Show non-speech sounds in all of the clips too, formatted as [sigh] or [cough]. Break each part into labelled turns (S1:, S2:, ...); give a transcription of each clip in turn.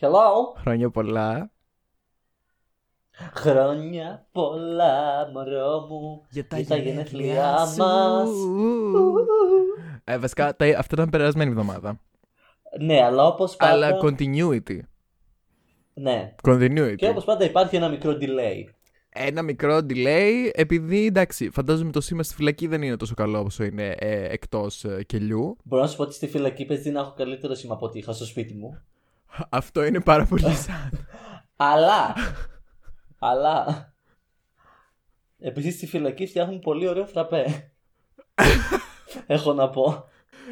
S1: Hello.
S2: Χρόνια πολλά.
S1: Χρόνια πολλά, μωρό μου.
S2: Για
S1: τα γενέθλιά μας.
S2: Ε, βασικά, τα, αυτά ήταν περασμένη εβδομάδα.
S1: Ναι, αλλά όπως πάντα.
S2: Αλλά continuity.
S1: Ναι. Και
S2: Continuity.
S1: όπως πάντα υπάρχει ένα μικρό delay.
S2: Ένα μικρό delay, επειδή εντάξει, φαντάζομαι το σήμα στη φυλακή δεν είναι τόσο καλό όσο είναι ε, εκτός κελιού.
S1: Μπορώ να σου πω ότι στη φυλακή παίζει να έχω καλύτερο σήμα από ό,τι είχα στο σπίτι μου.
S2: Αυτό είναι πάρα
S1: [laughs]
S2: πολύ σαν. [laughs]
S1: Αλλά. αλλά. Επίσης στη φυλακή φτιάχνουν πολύ ωραίο
S2: [laughs]
S1: φραπέ. Έχω να πω.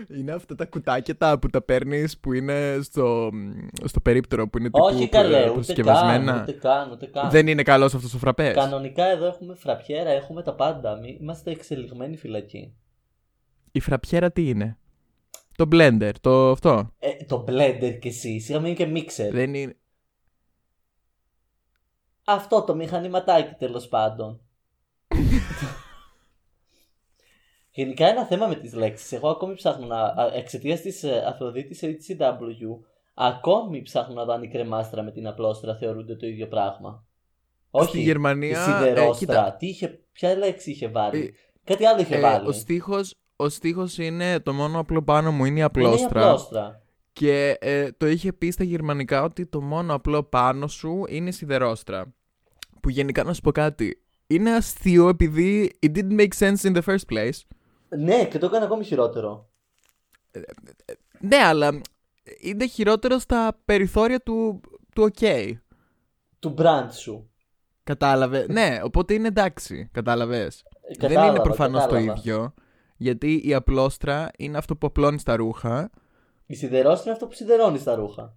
S2: είναι αυτά τα κουτάκια τα που τα παίρνεις που είναι στο, στο περίπτερο που είναι τύπου
S1: Όχι καλέ,
S2: ε,
S1: ούτε καν,
S2: προσκευασμένα.
S1: ούτε καν, ούτε καν.
S2: Δεν είναι καλός αυτός ο φραπές.
S1: Κανονικά εδώ έχουμε φραπιέρα, έχουμε τα πάντα. Μη- Είμαστε εξελιγμένοι φυλακοί.
S2: Η φραπιέρα τι είναι. Το blender, το αυτό.
S1: Ε, το blender κι εσύ, σιγά μην είναι και mixer.
S2: Δεν είναι.
S1: Αυτό το μηχανηματάκι τέλος
S2: [laughs]
S1: πάντων. Γενικά ένα θέμα με τις λέξεις. Εγώ ακόμη ψάχνω να. Εξαιτίας της Αφροδίτη HCW, ακόμη ψάχνω να δω αν η κρεμάστρα με την απλόστρα θεωρούνται το ίδιο πράγμα.
S2: Στη
S1: Όχι. Η
S2: Γερμανία. ε,
S1: σιδερόστρα.
S2: κοίτα,
S1: Τι είχε, ποια λέξη είχε βάλει.
S2: Ε,
S1: Κάτι άλλο είχε
S2: ε,
S1: βάλει.
S2: ο στίχος, ο στίχος είναι το μόνο απλό πάνω μου είναι η
S1: Είναι η
S2: απλόστρα.
S1: απλόστρα.
S2: Και ε, το είχε πει στα γερμανικά ότι το μόνο απλό πάνω σου είναι η σιδερόστρα. Που γενικά να σου πω κάτι. Είναι αστείο επειδή it didn't make sense in the first place.
S1: Ναι, και το έκανε ακόμη χειρότερο.
S2: Ναι, αλλά είναι χειρότερο στα περιθώρια του, του ok.
S1: Του brand σου.
S2: Κατάλαβε. Ναι, οπότε είναι εντάξει. Κατάλαβες.
S1: Ε,
S2: Δεν
S1: κατάλαβα,
S2: είναι προφανώς το
S1: κατάλαβα.
S2: ίδιο. Γιατί η απλόστρα είναι αυτό που απλώνει τα ρούχα.
S1: Η σιδερόστρα είναι αυτό που σιδερώνει στα ρούχα.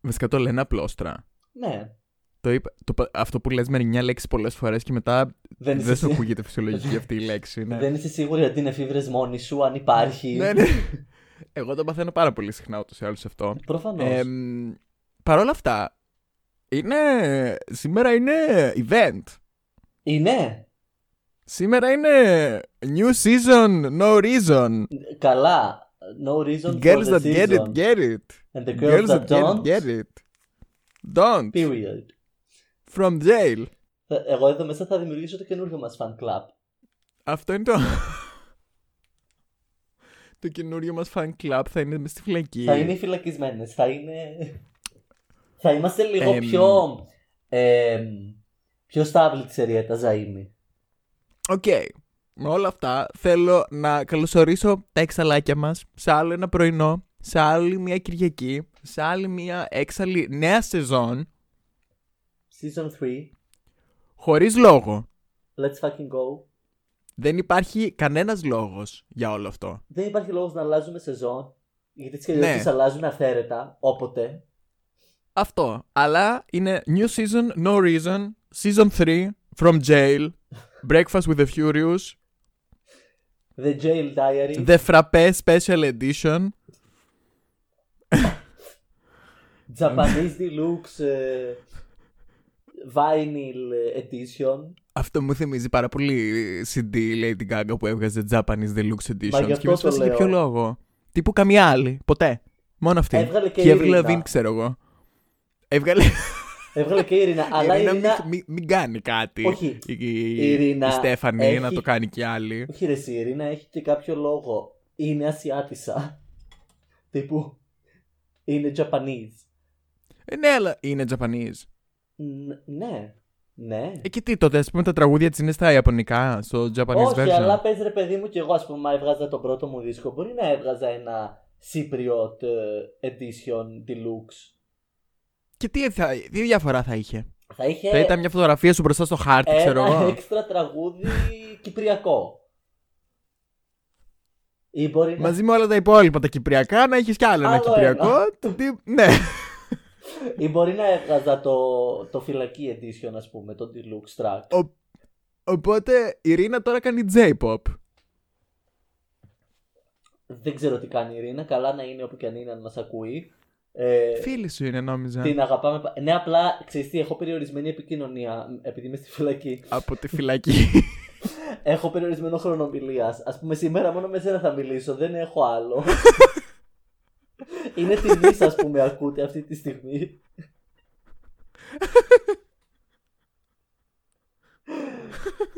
S2: Βασικά το λένε απλόστρα.
S1: Ναι.
S2: Το είπα, το, πα- αυτό που λες με μια λέξη πολλές φορές και μετά
S1: Δεν
S2: δεν
S1: είσαι,
S2: σου
S1: σί-
S2: ακούγεται φυσιολογική αυτή η λέξη. Ναι.
S1: [laughs] δεν είσαι σίγουρη ότι είναι φίβρες μόνη σου, αν υπάρχει.
S2: ναι, ναι. Εγώ το παθαίνω πάρα πολύ συχνά ούτως ή άλλως σε αυτό.
S1: Προφανώς.
S2: Ε, μ, Παρ' όλα αυτά, είναι, σήμερα είναι
S1: Ε,
S2: event.
S1: είναι.
S2: Σήμερα είναι new season, no reason.
S1: Καλά. No reason
S2: Girls
S1: for the
S2: that get
S1: season.
S2: it, get it.
S1: And the girls, that, don't.
S2: get it, get it. Don't.
S1: Period.
S2: From jail.
S1: Θα- Εγώ εδώ μέσα θα δημιουργήσω το καινούργιο μας fan club.
S2: Αυτό είναι το... [laughs] το καινούριο μας fan club θα είναι μες στη φυλακή.
S1: Θα είναι οι φυλακισμένες. Θα είναι... θα είμαστε λίγο
S2: Εμ.
S1: πιο... εμ, πιο στάβλη της Εριέτα Ζαΐμη.
S2: Οκ. Με όλα αυτά θέλω να καλωσορίσω τα εξαλάκια μας σε άλλο ένα πρωινό, σε άλλη μια Κυριακή, σε άλλη μια έξαλλη νέα σεζόν,
S1: Season 3.
S2: χωρίς λόγο.
S1: Let's fucking go.
S2: Δεν υπάρχει κανένας λόγος για όλο αυτό.
S1: Δεν υπάρχει λόγος να αλλάζουμε σεζόν. Γιατί τις
S2: Ναι.
S1: καλλιότητες αλλάζουν αυθαίρετα, όποτε.
S2: Αυτό. Αλλά είναι new season, no reason, season 3, from jail,
S1: [laughs]
S2: breakfast with the furious,
S1: The Jail Diary.
S2: the frappe special edition,
S1: Japanese Deluxe ε, Vinyl Edition.
S2: Αυτό μου θυμίζει πάρα πολύ CD Lady Gaga που έβγαζε Japanese Deluxe
S1: Μα γι'
S2: Edition.
S1: αυτό
S2: Και με
S1: το
S2: σπάσει για
S1: λέω.
S2: ποιο λόγο. Τύπου καμία άλλη. Ποτέ. Μόνο αυτή.
S1: Έβγαλε και η
S2: Avril
S1: Ειρήνα.
S2: Lavigne, ξέρω εγώ. Έβγαλε.
S1: Έβγαλε και η Ειρήνα. αλλά η
S2: Ειρήνα, μην-
S1: Ειρήνα.
S2: μην, μην κάνει κάτι.
S1: Όχι.
S2: Η, η-
S1: Η Ειρήνα
S2: η Στέφανη να
S1: έχει-
S2: το κάνει κι άλλη.
S1: Όχι, ρε, εσύ, η Ειρήνα έχει και κάποιο λόγο. Είναι Ασιάτισσα. Τύπου. Είναι Japanese.
S2: Ε, ναι, αλλά είναι Japanese.
S1: Ν- ναι. Ναι.
S2: Ε, και τι τότε, ας πούμε τα τραγούδια της είναι στα Ιαπωνικά, στο Japanese
S1: Όχι,
S2: version.
S1: αλλά πες ρε παιδί μου και εγώ, ας πούμε, άμα έβγαζα τον πρώτο μου δίσκο. Μπορεί να έβγαζα ένα Cypriot ε, Edition Deluxe.
S2: Και τι, θα, τι διαφορά θα είχε.
S1: Θα είχε
S2: Θα ήταν μια φωτογραφία σου μπροστά στο χάρτη, ξέρω
S1: Ε, ένα
S2: εγώ.
S1: έξτρα τραγούδι κυπριακό. Ή μπορεί να
S2: Μαζί με όλα τα υπόλοιπα τα κυπριακά, να έχεις κι άλλο ένα
S1: Άλλο
S2: κυπριακό.
S1: ένα.
S2: το τι- Ναι.
S1: Ή μπορεί να έβγαζα το, το φυλακή edition, ας πούμε, το deluxe track.
S2: Ο- Οπότε η Ρίνα τώρα κάνει J-pop.
S1: Δεν ξέρω τι κάνει η Ειρήνα, καλά να είναι όπου και αν είναι, αν μας ακούει. Ε,
S2: Φίλη σου είναι, νόμιζα.
S1: την αγαπάμε. πα- Ναι, απλά ξέρεις τι, έχω περιορισμένη επικοινωνία ε, επειδή είμαι στη φυλακή.
S2: Από τη
S1: [laughs]
S2: φυλακή.
S1: Έχω περιορισμένο
S2: [laughs]
S1: χρόνο ομιλίας. Ας πούμε, σήμερα μόνο με σένα θα μιλήσω, δεν έχω άλλο. Είναι τιμή σας που με ακούτε αυτή τη στιγμή.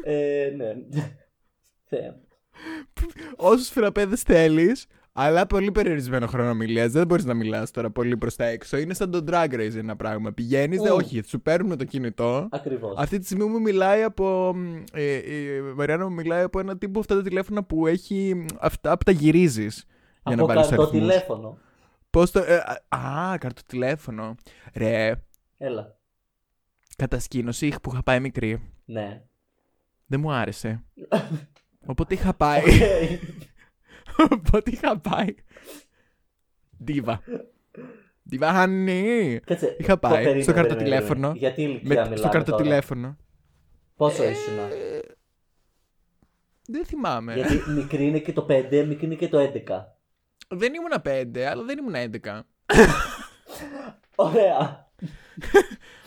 S1: ε, ναι. Θεά.
S2: Όσου φραπέδε θέλεις, αλλά πολύ περιορισμένο χρόνο μιλία. Δεν μπορείς να μιλάς τώρα πολύ προς τα έξω. Είναι σαν το drag race ένα πράγμα. Πηγαίνεις,
S1: Μμ.
S2: όχι, σου παίρνουν το κινητό.
S1: Ακριβώς.
S2: Αυτή τη στιγμή μου μιλάει από. μ, Ε, ε, η Μαριάννα μου μιλάει από ένα τύπο αυτά τα τηλέφωνα που έχει. μ, Αυτά που τα γυρίζεις. Για να
S1: Από
S2: πάρεις
S1: καρτό
S2: αριθμού.
S1: τηλέφωνο.
S2: Πώς το. ε, α, α, καρτοτηλέφωνο. Ρε,
S1: Έλα.
S2: κατασκήνωση είχα- που είχα πάει μικρή. [laughs]
S1: Ναι.
S2: Δεν μου άρεσε. Οπότε είχα πάει.
S1: [laughs] Οκ.
S2: Οπότε είχα πάει. Ντίβα. Ντίβα, χανή.
S1: Κάτσε.
S2: Είχα πάει
S1: περίμενε,
S2: στο
S1: περίμενε,
S2: καρτοτηλέφωνο.
S1: περίμενε. Γιατί
S2: Με,
S1: ηλικία μιλάμε
S2: στο
S1: τώρα.
S2: καρτοτηλέφωνο.
S1: Πόσο ήσουν.
S2: Ε, δεν θυμάμαι.
S1: Γιατί μικρή είναι και το 5, μικρή είναι και το 11.
S2: Δεν ήμουνα 5, αλλά δεν ήμουνα 11.
S1: [laughs] Ωραία.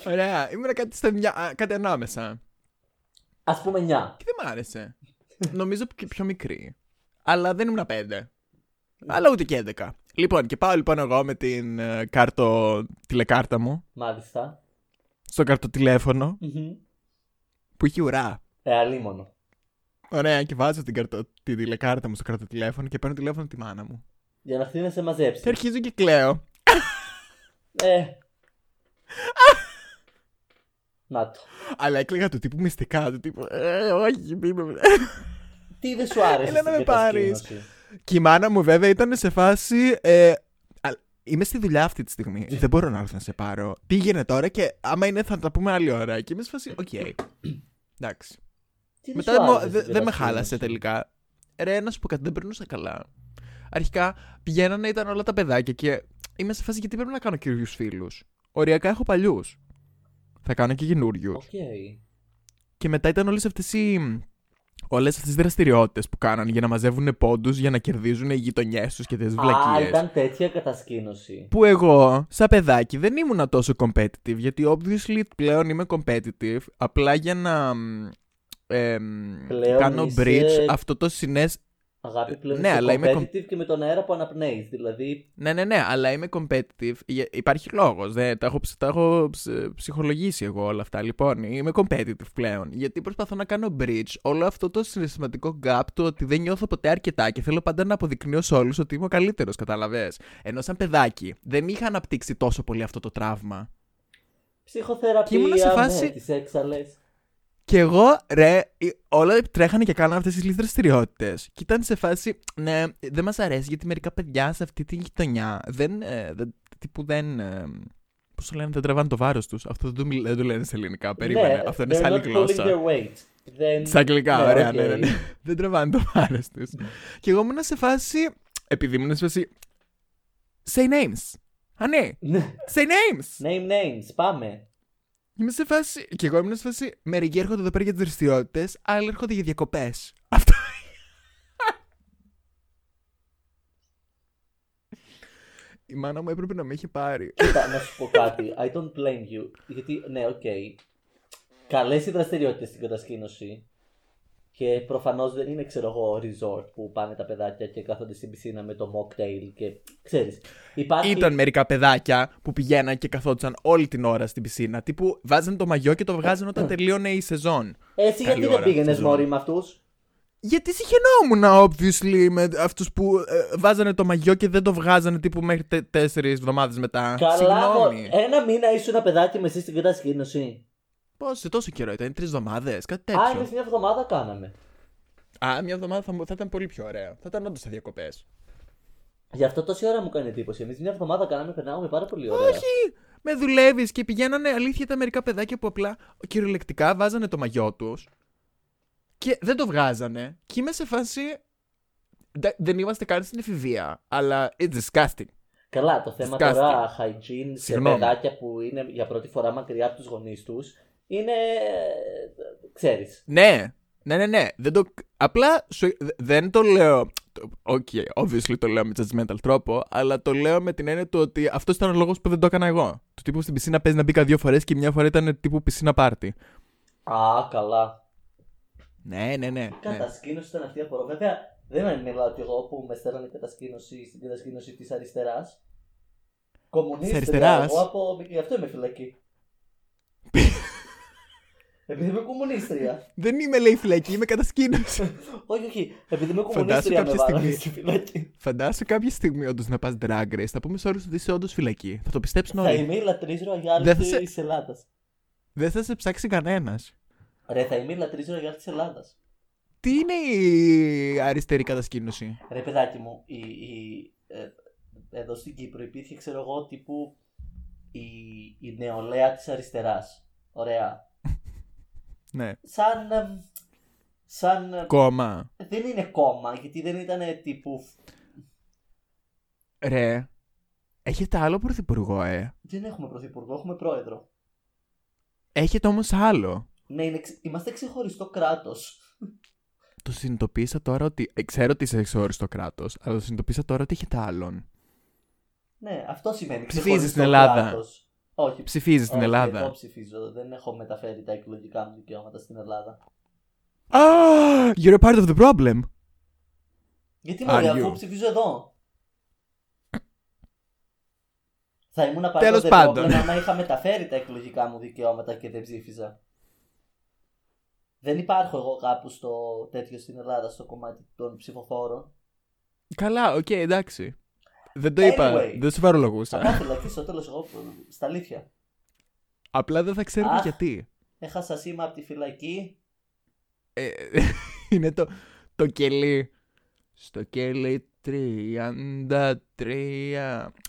S2: Ωραία, ήμουνα κάτι, στα μια, α, κάτι ανάμεσα.
S1: Ας πούμε 9.
S2: Και δεν μ' άρεσε. Νομίζω και πιο μικρή. Αλλά δεν ήμουν 5. Αλλά ούτε και 11. Λοιπόν, και πάω λοιπόν εγώ με την ε, κάρτο, τηλεκάρτα μου
S1: Μάλιστα.
S2: στο καρτοτηλέφωνο
S1: Μμμ.
S2: που είχε ουρά.
S1: Ε, αλίμονο.
S2: Ωραία, και βάζω την, καρτο, τη τηλεκάρτα μου στο καρτοτηλέφωνο και παίρνω τηλέφωνο τη μάνα μου.
S1: Για να αυτή να σε
S2: Και
S1: μαζέψει.
S2: αρχίζω και κλαίω.
S1: Ε. Να το.
S2: Αλλά έκλαιγα του τύπου μυστικά, του τύπου. Ε, όχι, μη με.
S1: Τι δεν σου άρεσε
S2: Έλα να
S1: στην
S2: με πάρεις.
S1: κατασκήνωση?
S2: Και η μάνα μου βέβαια ήταν σε φάση. Ε, α, είμαι στη δουλειά αυτή τη στιγμή. Δεν μπορώ να έρθω να σε πάρω. Πήγαινε τώρα και άμα είναι θα τα πούμε άλλη ώρα. Και είμαι σε φάση. Οκ. Εντάξει.
S1: Τι δεν
S2: Μετά
S1: σου άρεσε
S2: μου- δε-
S1: στην
S2: δεν με
S1: κατασκήνωση?
S2: χάλασε τελικά. Ρε, να σου πω κάτι, δεν περνούσα καλά. Αρχικά πηγαίνανε, ήταν όλα τα παιδάκια και είμαι σε φάση γιατί πρέπει να κάνω καινούριους φίλους. Οριακά έχω παλιούς. Θα κάνω και καινούριους.
S1: Οκ.
S2: Και μετά ήταν όλες αυτές οι. Όλες αυτές τις δραστηριότητες που κάνανε για να μαζεύουν πόντους για να κερδίζουν οι γειτονιές τους και τις
S1: Α,
S2: βλακίες.
S1: ήταν τέτοια κατασκήνωση.
S2: Που εγώ, σαν παιδάκι, δεν ήμουνα τόσο competitive, γιατί obviously πλέον είμαι competitive, απλά για να μ, εμ,
S1: Πλέον
S2: κάνω
S1: είσαι-
S2: bridge αυτό το συνέσ...
S1: Αγάπη πλέον
S2: Ναι,
S1: είσαι
S2: αλλά είμαι
S1: competitive και με τον αέρα που αναπνέεις. Δηλαδή,
S2: Ναι, ναι, ναι, αλλά είμαι competitive. Γε- Υπάρχει λόγος. Τα έχω, ψ- τα έχω ψ- ψυχολογήσει εγώ όλα αυτά. Λοιπόν, είμαι competitive πλέον. Γιατί προσπαθώ να κάνω bridge όλο αυτό το συναισθηματικό gap του ότι δεν νιώθω ποτέ αρκετά και θέλω πάντα να αποδεικνύω σε όλους ότι είμαι ο καλύτερος, κατάλαβες. Ενώ σαν παιδάκι δεν είχα αναπτύξει τόσο πολύ αυτό το τραύμα.
S1: ψυχοθεραπεία,
S2: Και ήμουνα σε
S1: ναι,
S2: φάση-
S1: τις έξαλλες.
S2: Και εγώ, ρε, ε, όλα τρέχανε και κάνανε αυτές τις λίγε δραστηριότητες. Και ήταν σε φάση, ναι, δεν μας αρέσει γιατί μερικά παιδιά σε αυτή τη γειτονιά δεν. Ε, δεν τύπου δεν. Ε, Πώς το λένε, δεν τραβάνε το βάρος τους. Αυτό δεν το, μιλ- δεν το λένε σε ελληνικά. Περίμενε.
S1: Ναι,
S2: Αυτό είναι σε
S1: they're
S2: άλλη
S1: not pulling
S2: γλώσσα.
S1: their weight. Δεν-
S2: Στα αγγλικά,
S1: Ναι,
S2: ωραία,
S1: οκ. Ναι.
S2: ναι, ναι, ναι. Δεν τραβάνε το βάρος τους. και εγώ ήμουν σε φάση. Επειδή ήμουν σε φάση. Say names. Α, ναι.
S1: [laughs] Ναι.
S2: Say names.
S1: Name names, πάμε.
S2: Είμαι σε φάση. Και εγώ ήμουν σε φάση. Μερικοί έρχονται εδώ πέρα για τις δραστηριότητες, άλλοι έρχονται για διακοπές. [laughs] Αυτό. Η μάνα μου έπρεπε να με είχε πάρει.
S1: Κοίτα, να σου πω κάτι. I don't blame you. Γιατί, ναι, οκ. Καλές οι δραστηριότητες στην κατασκήνωση. Και προφανώς δεν είναι, ξέρω εγώ, resort που πάνε τα παιδάκια και κάθονται στην πισίνα με το mocktail και ξέρεις. Υπάρχει...
S2: Ήταν μερικά παιδάκια που πηγαίναν και καθόντουσαν όλη την ώρα στην πισίνα. Τύπου βάζαν το μαγιό και το βγάζαν όταν τελείωνε η σεζόν.
S1: Έτσι
S2: Καλή
S1: γιατί δεν
S2: ώρα,
S1: πήγαινες
S2: στη ζώνη.
S1: μόρι με αυτούς.
S2: Γιατί συχαινόμουν, obviously, με αυτούς που ε, βάζανε το μαγιό και δεν το βγάζανε τύπου μέχρι τε, τέσσερις εβδομάδες μετά.
S1: Καλά, μω-
S2: Συγγνώμη.
S1: ένα μήνα ήσουν ένα παιδάκι μες εσύ στην κατασκήνωση.
S2: Πόσο τόσο καιρό ήταν, τρεις εβδομάδες, κάτι τέτοιο.
S1: Α, εμείς μια εβδομάδα κάναμε.
S2: Α, μια εβδομάδα θα, μου- θα ήταν πολύ πιο ωραίο. Θα ήταν όντως σε διακοπές.
S1: Γι' αυτό τόση ώρα μου κάνει εντύπωση. Εμείς μια εβδομάδα κάναμε, περνάγαμε πάρα πολύ ωραία.
S2: Όχι! Με δουλεύεις και πηγαίνανε αλήθεια τα μερικά παιδάκια που απλά κυριολεκτικά βάζανε το μαγιό τους και δεν το βγάζανε. Και είμαι σε φάση. «Ντα- Δεν είμαστε καν στην εφηβεία, αλλά it's disgusting.
S1: Καλά, το θέμα
S2: Disgusting.
S1: τώρα hygiene σε
S2: Συγγνώμη.
S1: παιδάκια που είναι για πρώτη φορά μακριά από τους γονείς τους είναι. ε, ξέρεις.
S2: Ναι, ναι, ναι, ναι. Δεν το... Απλά σου... δεν το λέω. το- Οκ, obviously το λέω με judgmental τρόπο, αλλά το λέω με την έννοια του ότι αυτός ήταν ο λόγος που δεν το έκανα εγώ. Του τύπου στην πισίνα παίζει να μπήκα δύο φορές και μια φορά ήταν τύπου πισίνα πάρτι.
S1: Α, καλά.
S2: Ναι, ναι, ναι. ναι.
S1: Κατασκήνωση ήταν αυτή η απορώ. Βέβαια, δεν με μιλάω κι εγώ που με στέλνανε κατασκήνωση στην κατασκήνωση της αριστεράς. Κομμουνίστε.
S2: Της
S1: παιδιά,
S2: αριστεράς.
S1: Εγώ από. Γι' αυτό είμαι
S2: [laughs]
S1: φυλακή. Επειδή είμαι κομμουνίστρια.
S2: Δεν είμαι λέει φυλακή, είμαι κατασκήνωση.
S1: όχι, όχι. Επειδή είμαι
S2: Φαντάσου
S1: κομμουνίστρια με
S2: κάποια
S1: βάλανε
S2: στιγμή.
S1: στη φυλακή.
S2: [laughs] Φαντάσου κάποια στιγμή όντως να πας drag race. Θα πούμε σε όλου ότι είσαι όντως φυλακή. Θα το πιστέψουν
S1: θα
S2: όλοι.
S1: είμαι η λατρής
S2: Δεν
S1: ρογιάλ
S2: θα σε-
S1: τη Ελλάδας.
S2: Δεν θα σε ψάξει κανένας.
S1: Ρε, θα είμαι η λατρής ρογιάλ της Ελλάδας.
S2: Τι είναι η αριστερή κατασκήνωση.
S1: Ρε παιδάκι μου, η, η, ε, εδώ στην Κύπρο υπήρχε, ξέρω εγώ, τύπου η, η νεολαία της αριστεράς. Ωραία.
S2: Ναι.
S1: Σαν, ε, σαν ε,
S2: Κόμμα.
S1: δεν είναι κόμμα, γιατί δεν ήταν ε, τύπου,
S2: Ρε. Έχετε άλλο πρωθυπουργό, ε.
S1: δεν έχουμε πρωθυπουργό, έχουμε πρόεδρο.
S2: Έχετε όμως άλλο.
S1: Ναι, είναι, ξε- είμαστε ξεχωριστό κράτος.
S2: Το συνειδητοποίησα τώρα ότι. ε, Ξέρω ότι είσαι εξόριστο κράτος, αλλά το συνειδητοποίησα τώρα ότι έχετε άλλον.
S1: Ναι, αυτό σημαίνει
S2: Ψηφίζεις
S1: ξεχωριστό
S2: στην Ελλάδα.
S1: κράτος. Όχι,
S2: Ψηφίζεις στην
S1: όχι,
S2: Ελλάδα.
S1: Εγώ ψηφίζω, δεν έχω μεταφέρει τα εκλογικά μου δικαιώματα στην Ελλάδα.
S2: Α! You're a part of the problem.
S1: Γιατί μωρέ,
S2: Are
S1: αφού
S2: you?
S1: ψηφίζω εδώ. Θα ήμουν
S2: Τέλος
S1: παρόντε
S2: πάντων.
S1: πρόβλημα άμα είχα μεταφέρει τα εκλογικά μου δικαιώματα και δεν ψήφιζα. Δεν υπάρχω εγώ κάπου στο τέτοιο στην Ελλάδα στο κομμάτι των ψηφοφόρων.
S2: Καλά, οκ, εντάξει. Δεν το είπα.
S1: Anyway.
S2: Δεν σου
S1: Θα
S2: παρολογούσα.
S1: πάω φυλακή στο τέλος εγώ, στα αλήθεια.
S2: Απλά δεν θα ξέρουμε
S1: Αχ.
S2: γιατί.
S1: Έχασα σήμα από τη φυλακή.
S2: Ε, [laughs] είναι το, το κελί. Στο κελί 33.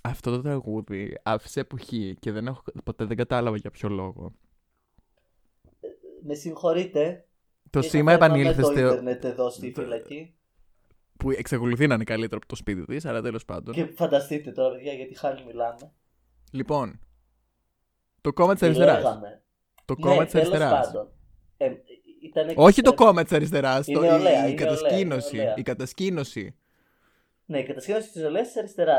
S2: Αυτό το τραγούδι άφησε εποχή και δεν έχω, ποτέ δεν κατάλαβα για ποιο λόγο.
S1: Με συγχωρείτε.
S2: Το
S1: είχα
S2: σήμα
S1: θέμα
S2: επανήλθε
S1: με το
S2: στο.
S1: ίντερνετ εδώ στη
S2: το-
S1: φυλακή.
S2: που εξακολουθεί να είναι καλύτερο από το σπίτι της, αλλά τέλος πάντων.
S1: Και φανταστείτε τώρα, παιδιά, γιατί χάρη μιλάμε.
S2: Λοιπόν, το κόμμα της αριστεράς.
S1: Λέγαμε.
S2: Το
S1: Ναι,
S2: κόμμα της
S1: τέλος
S2: αριστεράς.
S1: πάντων. Ε, ήταν-
S2: Όχι το
S1: ήταν-
S2: κόμμα της αριστεράς.
S1: Η νεολαία,
S2: Η
S1: η
S2: κατασκήνωση.
S1: νεολαία.
S2: Η κατασκήνωση.
S1: Ναι, η κατασκήνωση της νεολαίας της αριστεράς.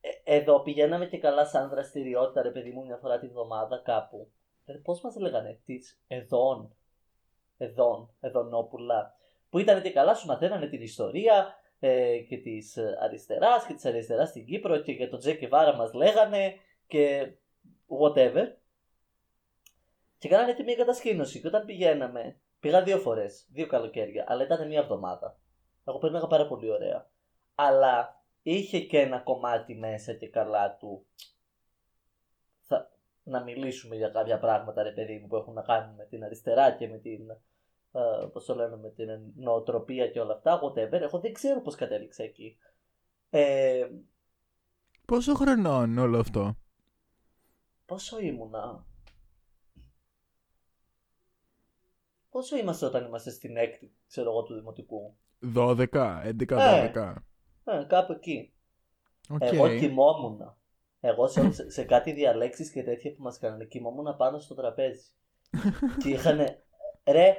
S1: Ε, εδώ πηγαίναμε και καλά σαν δραστηριότητα, ρε παιδί μου, μια φορά τη βδομάδα κάπου. Ε, Πώς μας λέγανε, της Εδών. Εδών, Εδονόπουλα. Που ήταν και καλά, σου μαθαίνανε την ιστορία ε, και της αριστεράς και της αριστεράς στην Κύπρο και για τον Τζέκε Βάρα μας λέγανε και whatever. Και κάνανε και μια κατασκήνωση. Και όταν πηγαίναμε, πήγα δύο φορές, δύο καλοκαίρια, αλλά ήταν μια εβδομάδα. Εγώ πέρναγα πάρα πολύ ωραία. Αλλά είχε και ένα κομμάτι μέσα και καλά του. Θα... Να μιλήσουμε για κάποια πράγματα, ρε παιδί μου, που έχουν να κάνουν με την αριστερά και με την. Ε, πώς το λένε, με την νοοτροπία και όλα αυτά. Whatever. Εγώ δεν ξέρω πώς κατέληξα εκεί. Ε,
S2: Πόσο χρονών όλο αυτό.
S1: Πόσο ήμουνα. Πόσο είμαστε όταν είμαστε στην έκτη, ξέρω εγώ, του δημοτικού.
S2: 12, 11, 12.
S1: Ε, κάπου εκεί.
S2: Οκ.
S1: Εγώ κοιμόμουν. Εγώ σε, σε, σε κάτι διαλέξεις και τέτοια που μας κάνανε, κοιμόμουν πάνω στο τραπέζι. και είχανε, ρε,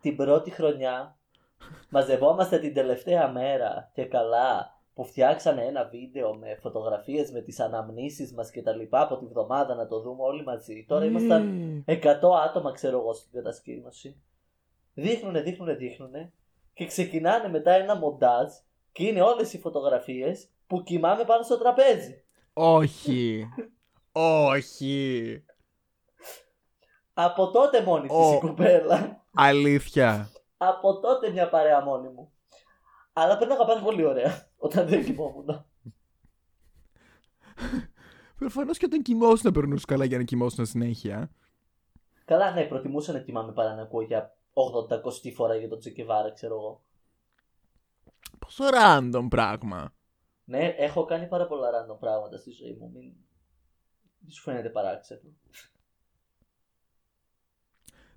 S1: την πρώτη χρονιά μαζευόμαστε την τελευταία μέρα και καλά που φτιάξανε ένα βίντεο με φωτογραφίες με τις αναμνήσεις μας και τα λοιπά από τη βδομάδα να το δούμε όλοι μαζί. Τώρα
S2: Ναι.
S1: ήμασταν 100 άτομα ξέρω εγώ στην κατασκήνωση. Δείχνουνε, δείχνουνε, δείχνουνε και ξεκινάνε μετά ένα μοντάζ και είναι όλες οι φωτογραφίες που κοιμάμαι πάνω στο τραπέζι.
S2: Όχι. Όχι.
S1: Από τότε μόνη της
S2: Ω.
S1: η κοπέλα.
S2: Αλήθεια.
S1: Από τότε μια παρέα μόνη μου. Αλλά πέρναγα πάρα πολύ ωραία [laughs] όταν δεν κοιμόμουν.
S2: Προφανώς και όταν κοιμόσουν να περνούσες καλά για να κοιμόσουν συνέχεια.
S1: Καλά, ναι, προτιμούσα να κοιμάμαι παρά να ακούω για 80 φορά για τον Τσεκεβάρα, ξέρω εγώ.
S2: Πόσο random πράγμα.
S1: Ναι, έχω κάνει πάρα πολλά random πράγματα στη ζωή μου. Μην... Μην σου φαίνεται παράξενο.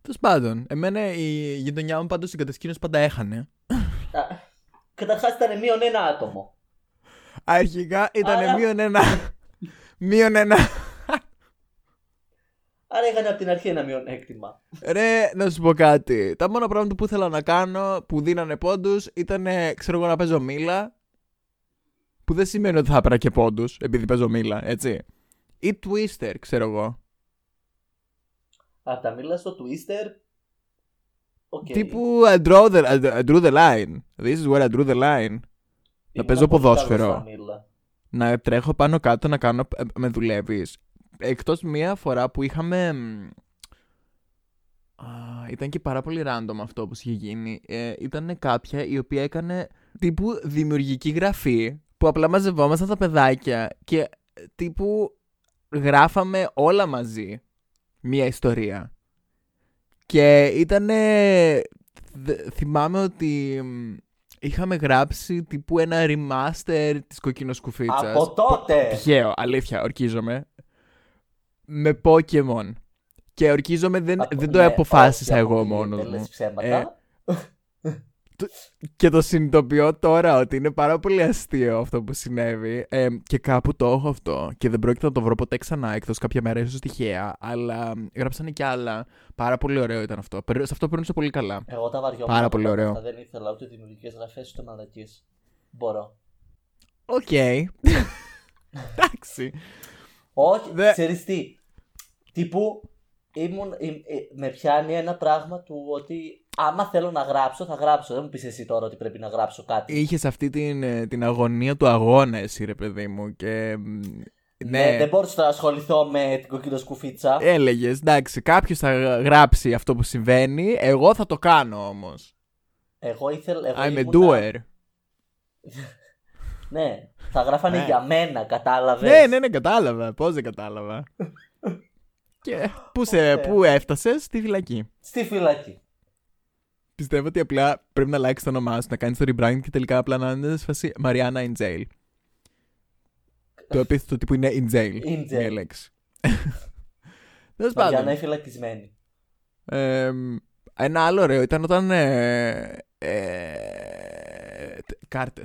S2: Τέλος πάντων, εμένα η γειτονιά μου πάντως στην κατασκήνωση πάντα έχανε.
S1: Καταρχά ήταν μείον ένα άτομο.
S2: Αρχικά ήταν
S1: Άρα-
S2: μείον ένα. μείον ένα.
S1: Άρα είχαν από την αρχή ένα μειονέκτημα.
S2: Ρε, να σου πω κάτι. Τα μόνα πράγματα που ήθελα να κάνω που δίνανε πόντους ήταν, ξέρω εγώ, να παίζω μήλα. Που δεν σημαίνει ότι θα έπαιρα και πόντους επειδή παίζω μήλα, έτσι. Ή twister, ξέρω εγώ.
S1: Από τα μήλα στο Twister. Okay.
S2: Τύπου I, draw the, I drew the line. This is where I drew the line.
S1: Ήμουν
S2: παίζω
S1: πολύ
S2: ποδόσφαιρο.
S1: καλός στα μήλα.
S2: να τρέχω πάνω κάτω να κάνω ε, με δουλεύεις. Εκτός μία φορά που είχαμε. μ, α, ήταν και πάρα πολύ random αυτό που είχε γίνει. Ε, ήταν κάποια η οποία έκανε τύπου δημιουργική γραφή που απλά μαζευόμασταν τα παιδάκια και ε, τύπου γράφαμε όλα μαζί μία ιστορία. Και ήταν. Θυμάμαι ότι μ, είχαμε γράψει τύπου ένα remaster της κοκκινοσκουφίτσας.
S1: Από τότε!
S2: Ε, Τυχαίο, αλήθεια, ορκίζομαι. Με Pokemon. Και ορκίζομαι δεν,
S1: Από-
S2: δεν το
S1: ναι,
S2: αποφάσισα
S1: όχι,
S2: εγώ
S1: όχι,
S2: μόνος
S1: δεν λες
S2: μου. Ε,
S1: ψέματα.
S2: Και το συνειδητοποιώ τώρα ότι είναι πάρα πολύ αστείο αυτό που συνέβη. Ε, και κάπου το έχω αυτό. Και δεν πρόκειται να το βρω ποτέ ξανά, εκτός κάποια μέρα, ίσως τυχαία. Αλλά μ, γράψανε κι άλλα. Πάρα πολύ ωραίο ήταν αυτό. Περι- Σε αυτό περνούσα πολύ καλά.
S1: Εγώ τα βαριόμουν.
S2: Πάρα
S1: από
S2: πολύ
S1: τα
S2: ωραίο.
S1: αυτά, Δεν ήθελα ούτε δημιουργικές γραφές ούτε μαλακίες. Μπορώ.
S2: Οκ. Εντάξει.
S1: Όχι,
S2: Δε-
S1: ξέρεις τι. Τύπου ήμουν, ήμ- ε, με πιάνει ένα πράγμα του ότι άμα θέλω να γράψω, θα γράψω. Δεν μου πεις εσύ τώρα ότι πρέπει να γράψω κάτι.
S2: Είχες αυτή την, ε, την αγωνία του αγώνα, εσύ, ρε παιδί μου. Και. μ,
S1: Ναι, δεν μπορούσα να ασχοληθώ με την κοκκινοσκουφίτσα. σκουφίτσα.
S2: Έλεγες, εντάξει, κάποιος θα γράψει αυτό που συμβαίνει. Εγώ θα το κάνω όμως.
S1: Εγώ ήθελα. Εγώ
S2: I'm a
S1: Ε, ήμουνα-
S2: doer.
S1: Ναι, θα γράφανε
S2: Ναι.
S1: για μένα, κατάλαβες.
S2: Ναι, ναι, ναι, κατάλαβα. Πώς δεν
S1: [laughs]
S2: κατάλαβα. και πού, σε,
S1: Ωραία.
S2: πού έφτασες στη φυλακή.
S1: Στη φυλακή.
S2: Πιστεύω ότι απλά πρέπει να αλλάξεις το όνομά σου, να κάνεις το rebrand και τελικά απλά να είναι σε φάση Mariana in jail. το επίθετο τύπου είναι in jail.
S1: In jail.
S2: Μία [laughs] λέξη. Τέλος
S1: Για
S2: πάντων.
S1: να είναι φυλακισμένη.
S2: Ε, ένα άλλο ωραίο ήταν όταν. Ε, ε, Κάρτε.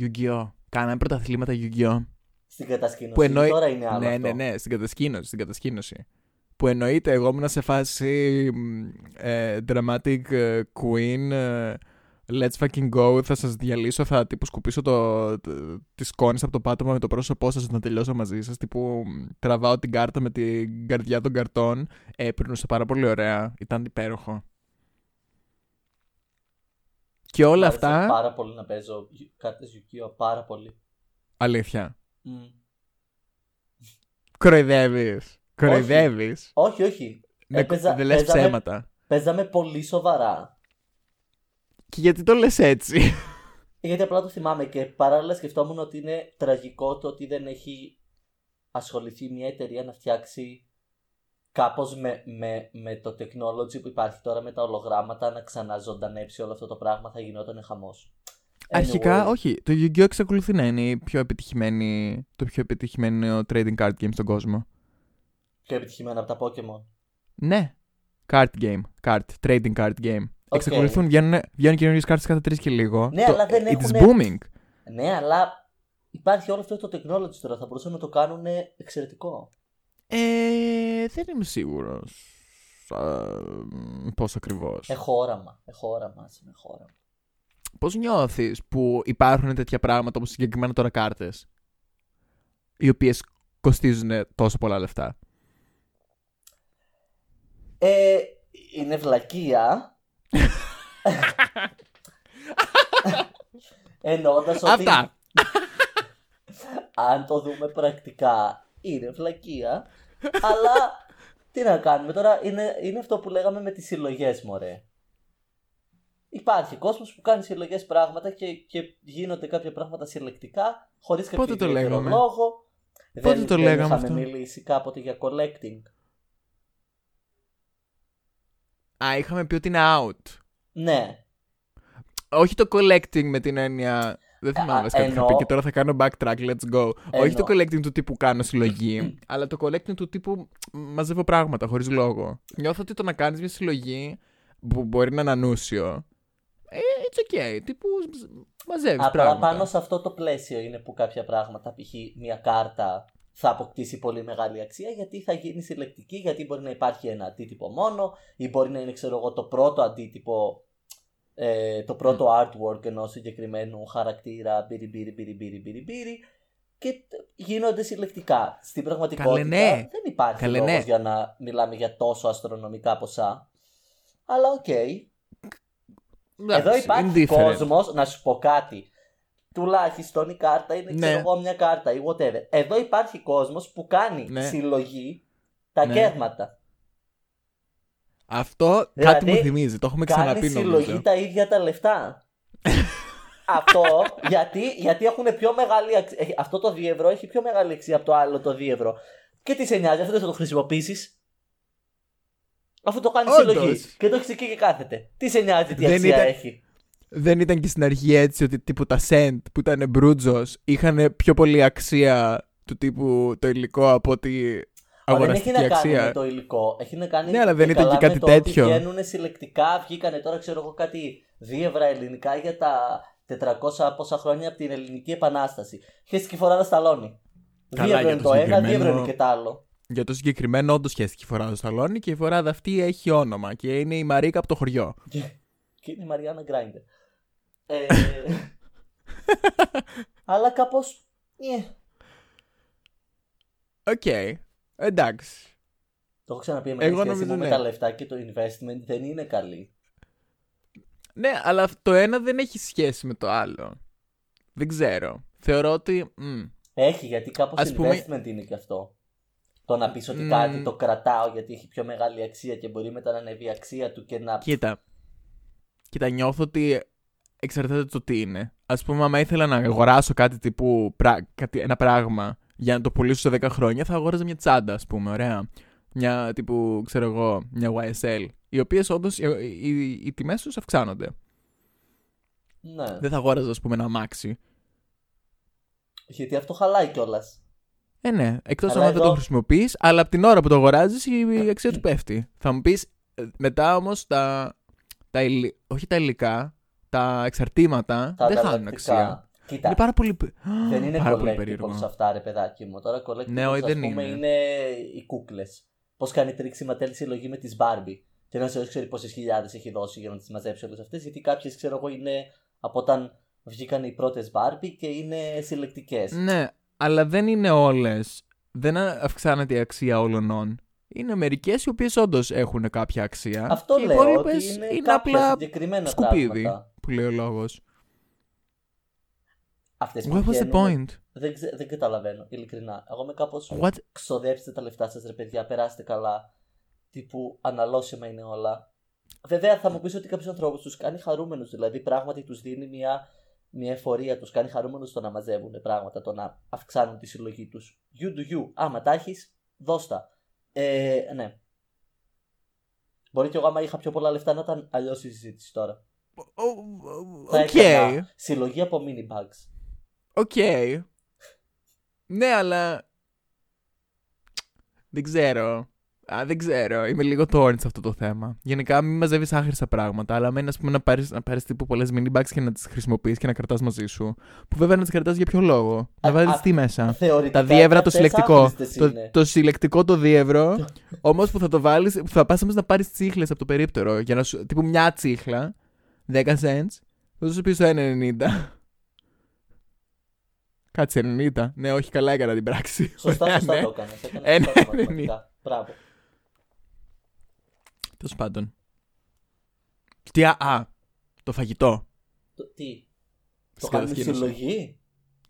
S2: Yu-Gi-Oh! Κάναμε πρωταθλήματα Yu-Gi-Oh!
S1: Στην κατασκήνωση.
S2: Που εννοεί-
S1: Τώρα είναι άλλο.
S2: ναι,
S1: αυτό.
S2: ναι, ναι, στην κατασκήνωση, στην κατασκήνωση. Που εννοείται, εγώ ήμουν σε φάση μ, ε, dramatic ε, queen, ε, let's fucking go, θα σας διαλύσω, θα τύπου σκουπίσω το, το, τις σκόνες από το πάτωμα με το πρόσωπό σας να τελειώσω μαζί σας, τύπου μ, τραβάω την κάρτα με την καρδιά των καρτών, ε, περνούσε πάρα πολύ ωραία, ήταν υπέροχο. Και όλα
S1: Μ' άρεσε
S2: αυτά,
S1: Πάρα πολύ να παίζω κάρτες Yu-Gi-Oh! Πάρα πολύ.
S2: αλήθεια,
S1: Μμ.
S2: κοροϊδεύεις, κοροϊδεύεις,
S1: Όχι, όχι.
S2: Με-
S1: Έπαιζα-
S2: δεν λες
S1: παίζαμε-
S2: ψέματα.
S1: Παίζαμε πολύ σοβαρά.
S2: Και γιατί το λες έτσι.
S1: Γιατί απλά το θυμάμαι και παράλληλα σκεφτόμουν ότι είναι τραγικό το ότι δεν έχει ασχοληθεί μια εταιρεία να φτιάξει κάπως με, με, με το technology που υπάρχει τώρα με τα ολογράμματα να ξαναζωντανέψει όλο αυτό το πράγμα θα γινόταν χαμός. Anyway,
S2: Αρχικά, όχι. Το Yu-Gi-Oh! εξακολουθεί να είναι η πιο επιτυχημένη, το πιο επιτυχημένο trading card game στον κόσμο.
S1: Πιο επιτυχημένα από τα Pokemon.
S2: Ναι. Card game. Card. Trading card game.
S1: Οκ.
S2: Εξακολουθούν, βγαίνουν, βγαίνουν καινούριε κάρτες κάθε τρεις και λίγο.
S1: Ναι, αλλά δεν
S2: It's
S1: έχουνε-
S2: booming.
S1: Ναι, αλλά υπάρχει όλο αυτό το technology τώρα. Θα μπορούσαν να το κάνουν εξαιρετικό.
S2: Ε, δεν είμαι σίγουρος. Πώς ακριβώς.
S1: Έχω όραμα. Έχω όραμα. ας πούμε, Έχω όραμα.
S2: Πώς νιώθεις που υπάρχουν τέτοια πράγματα όπως συγκεκριμένα τώρα κάρτες, οι οποίες κοστίζουν τόσο πολλά λεφτά.
S1: Ε, είναι βλακεία. Εννοώντας ότι.
S2: Αυτά.
S1: αν το δούμε πρακτικά, είναι βλακεία. αλλά τι να κάνουμε τώρα, είναι, είναι αυτό που λέγαμε με τις συλλογές, μωρέ. Υπάρχει κόσμος που κάνει συλλογές πράγματα και, και γίνονται κάποια πράγματα συλλεκτικά χωρίς κάποιο
S2: Πότε το
S1: ιδιαίτερο
S2: λέγαμε?
S1: λόγο. δεν,
S2: το
S1: δεν
S2: λέγαμε
S1: είχαμε
S2: αυτό?
S1: μιλήσει κάποτε για collecting.
S2: Α, είχαμε πει ότι είναι out.
S1: Ναι,
S2: Όχι το collecting με την έννοια. Δεν θυμάμαι
S1: ας,
S2: βασικά τι είχα
S1: εννοώ-
S2: πει και τώρα θα κάνω backtrack, let's go. Όχι το
S1: Εννοώ.
S2: collecting του τύπου κάνω συλλογή, αλλά το collecting του τύπου μαζεύω πράγματα χωρίς λόγο. Νιώθω ότι το να κάνεις μια συλλογή που μπορεί να είναι ανούσιο. Ε, it's okay. Τύπου μαζεύεις
S1: Απλά
S2: πράγματα.
S1: πάνω σε αυτό το πλαίσιο είναι που κάποια πράγματα, π.χ. μια κάρτα θα αποκτήσει πολύ μεγάλη αξία γιατί θα γίνει συλλεκτική, γιατί μπορεί να υπάρχει ένα αντίτυπο μόνο ή μπορεί να είναι ξέρω εγώ το πρώτο αντίτυπο, ε, το πρώτο artwork ενός συγκεκριμένου χαρακτήρα μπύρι μπύρι μπύρι μπύρι μπύρι μπύρι και τ- γίνονται συλλεκτικά. Στην πραγματικότητα
S2: Καλέ, ναι.
S1: δεν υπάρχει
S2: Καλέ,
S1: λόγος
S2: ναι.
S1: για να μιλάμε για τόσο αστρονομικά ποσά. Αλλά οκ,
S2: Εντάξει,
S1: εδώ υπάρχει
S2: indifferent.
S1: κόσμος, να σου πω κάτι. τουλάχιστον η κάρτα είναι ξέρω
S2: Ναι.
S1: εγώ μια κάρτα ή whatever. Εδώ υπάρχει κόσμος που κάνει
S2: Ναι.
S1: συλλογή τα
S2: Ναι.
S1: κέρματα.
S2: Αυτό
S1: Δηλαδή,
S2: κάτι μου θυμίζει. Το έχουμε
S1: Κάνει
S2: ξαναπεί
S1: συλλογή
S2: νομίζω.
S1: τα ίδια τα
S2: [laughs]
S1: λεφτά. αυτό γιατί, γιατί έχουν πιο μεγάλη αξία. Αυτό το 2 ευρώ έχει πιο μεγάλη αξία από το άλλο το 2 ευρώ. Και τι σε νοιάζει, αυτό δεν θα το χρησιμοποιήσεις. Αφού το κάνεις
S2: Όντως.
S1: συλλογή. Και το έχεις εκεί και κάθεται. Τι σε νοιάζει, τι
S2: Δεν
S1: αξία
S2: ήταν-
S1: έχει.
S2: Δεν ήταν και στην αρχή έτσι ότι τύπου τα cent που ήταν μπρούτζος είχαν πιο πολύ αξία του τύπου το υλικό από ότι
S1: Μα δεν έχει
S2: αγοραστική
S1: να κάνει με
S2: αξία.
S1: το υλικό. Έχει να κάνει
S2: Ναι, αλλά δεν ήταν
S1: καλά
S2: και κάτι
S1: με το ότι
S2: τέτοιο.
S1: Βγαίνουν συλλεκτικά, βγήκανε τώρα, ξέρω εγώ, κάτι δίευρα ελληνικά για τα 400 πόσα χρόνια από την Ελληνική Επανάσταση. Χέσει και φορά ένα σταλόνι.
S2: Καλά,
S1: Δίευρο
S2: για
S1: είναι
S2: το
S1: το ένα,
S2: συγκεκριμένο-
S1: δίευρο είναι και το άλλο.
S2: Για το συγκεκριμένο, όντως χαίστηκε η φορά στο σαλόνι και η φοράδα αυτή έχει όνομα και είναι η Μαρίκα από το χωριό.
S1: Και είναι η Μαριάννα Γκράιντερ.
S2: [laughs]
S1: Ε, αλλά ε, κάπω.
S2: Οκ. Εντάξει.
S1: Το έχω ξαναπεί εμένα
S2: Εγώ
S1: η σχέση
S2: νομίζω
S1: μου με
S2: ναι.
S1: τα λεφτά και το investment δεν είναι καλή.
S2: Ναι, αλλά το ένα δεν έχει σχέση με το άλλο. Δεν ξέρω. Θεωρώ ότι. μ,
S1: Έχει, γιατί κάπως
S2: Ας
S1: investment
S2: πούμε-
S1: είναι και αυτό. Το να πεις ότι
S2: Μμμ.
S1: κάτι το κρατάω γιατί έχει πιο μεγάλη αξία και μπορεί μετά να ανέβει η αξία του και να.
S2: Κοίτα. Κοίτα, νιώθω ότι εξαρτάται το τι είναι. Ας πούμε, άμα ήθελα να αγοράσω κάτι τύπου πρά- κάτι, ένα πράγμα για να το πουλήσω σε 10 χρόνια, θα αγόραζα μια τσάντα, ας πούμε, ωραία. Μια τύπου, ξέρω εγώ, μια YSL. Οι οποίες όντως οι, οι, οι, τιμές τους αυξάνονται.
S1: Ναι.
S2: Δεν θα αγόραζα, ας πούμε, ένα αμάξι.
S1: Γιατί αυτό χαλάει κιόλας.
S2: Ε, ναι. Εκτός αν
S1: Αλλά
S2: δεν
S1: εδώ-
S2: το χρησιμοποιείς, αλλά από την ώρα που το αγοράζεις η, η αξία του πέφτει. Θα μου πεις μετά όμως τα. τα υλι- όχι τα υλικά, τα εξαρτήματα
S1: Τα
S2: δεν χάνουν
S1: ανταλλακτικά.
S2: αξία.
S1: Κοίτα,
S2: Είναι πάρα πολύ.
S1: δεν είναι
S2: πάρα πολύ
S1: collectibles
S2: περίεργο.
S1: αυτά, ρε παιδάκι μου. Τώρα collectibles
S2: Ναι, όχι,
S1: ας
S2: δεν
S1: πούμε,
S2: είναι.
S1: είναι οι κούκλες. Πώς κάνει τρίξιμα τέλη συλλογή με τις Barbie. Και ένα δεν ξέρει πόσες χιλιάδες έχει δώσει για να τις μαζέψει όλες αυτές. Γιατί κάποιες, ξέρω εγώ, είναι από όταν βγήκαν οι πρώτες Barbie και είναι συλλεκτικές.
S2: Ναι, αλλά δεν είναι όλες. Δεν αυξάνεται η αξία όλων. Είναι μερικές οι οποίες όντως έχουν κάποια αξία.
S1: Αυτό
S2: και οι
S1: λέω ότι
S2: υπόλοιπες
S1: είναι,
S2: είναι
S1: κάποια
S2: απλά
S1: συγκεκριμένα
S2: σκουπίδι.
S1: πράγματα.
S2: που λέει ο λόγος.
S1: Αυτές που
S2: What was the
S1: βγαίνουν,
S2: point?
S1: Δεν, ξε- δεν καταλαβαίνω, ειλικρινά. Εγώ είμαι κάπως.
S2: What?
S1: Ξοδέψτε τα λεφτά σας, ρε παιδιά, περάστε καλά. Τύπου αναλώσιμα είναι όλα. Βέβαια, θα μου πεις ότι κάποιου ανθρώπου τους κάνει χαρούμενους. Δηλαδή, πράγματι τους δίνει μια, μια εφορία, τους κάνει χαρούμενους το να μαζεύουν πράγματα, το να αυξάνουν τη συλλογή τους. You do you. Άμα τα έχεις, δώστα. Ε, ναι. Μπορεί και εγώ, άμα είχα πιο πολλά λεφτά, να ήταν αλλιώς η συζήτηση τώρα. Θα
S2: Οκ.
S1: έκανα συλλογή από mini bags.
S2: Οκ. Ναι, αλλά. Δεν ξέρω. Α, δεν ξέρω. Είμαι λίγο torn σε αυτό το θέμα. Γενικά, μην μαζεύεις άχρηστα πράγματα, αλλά μένει, ας πούμε, να πάρεις να πάρεις τύπου πολλές mini bags και να τις χρησιμοποιείς και να κρατάς μαζί σου. Που βέβαια να τις κρατάς για ποιο λόγο. Να
S1: Α,
S2: βάλεις
S1: α,
S2: τι μέσα.
S1: Θεωρητικά.
S2: Τα διεύρα
S1: και
S2: το
S1: αυτές
S2: συλλεκτικό.
S1: άχρηστες
S2: Το,
S1: είναι.
S2: το συλλεκτικό το διεύρο.
S1: [laughs]
S2: Όμως που θα το βάλεις. Θα πας όμως να πάρεις τσίχλες από το περίπτερο. Για να σου. Τύπου μια τσίχλα. 10 cents. Θα σου πεις το 1,90. [laughs] Κάτσε 90. Ναι, όχι, καλά έκανα την πράξη.
S1: Σωστά,
S2: Ωραία,
S1: σωστά
S2: [laughs] ναι.
S1: το έκανες.
S2: Ε,
S1: Έκανε
S2: ναι,
S1: σωστά τα
S2: ναι, ναι.
S1: μαθηματικά. Μπράβο.
S2: Τέλος πάντων. Τι, α, α, το φαγητό.
S1: Το- Τι, το
S2: στην
S1: κάνουμε
S2: κατασκήνωση.
S1: συλλογή.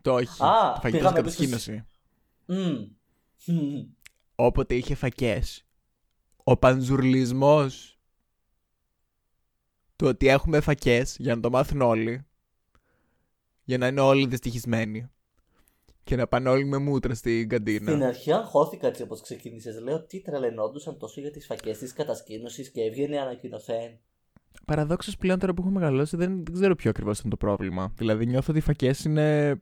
S2: Το όχι.
S1: Α,
S2: το φαγητό στην
S1: πήγαμε πίσω στις-
S2: κατασκήνωση.
S1: Μμμ. Μμμ.
S2: Όποτε είχε φακές. Ο παντζουρλισμό. Το ότι έχουμε φακές για να το μάθουν όλοι. Για να είναι όλοι δυστυχισμένοι. Και να πάνε όλοι με μούτρα στην
S1: Στην
S2: καντίνα.
S1: αρχή αγχώθηκα έτσι όπως ξεκίνησες. Λέω τι τρελαινόντουσαν τόσο για τις φακές της κατασκήνωσης και έβγαινε ανακοινωθέν.
S2: Παραδόξως πλέον τώρα που έχω μεγαλώσει δεν, δεν ξέρω ποιο ακριβώς ήταν το πρόβλημα. Δηλαδή νιώθω ότι οι φακές είναι.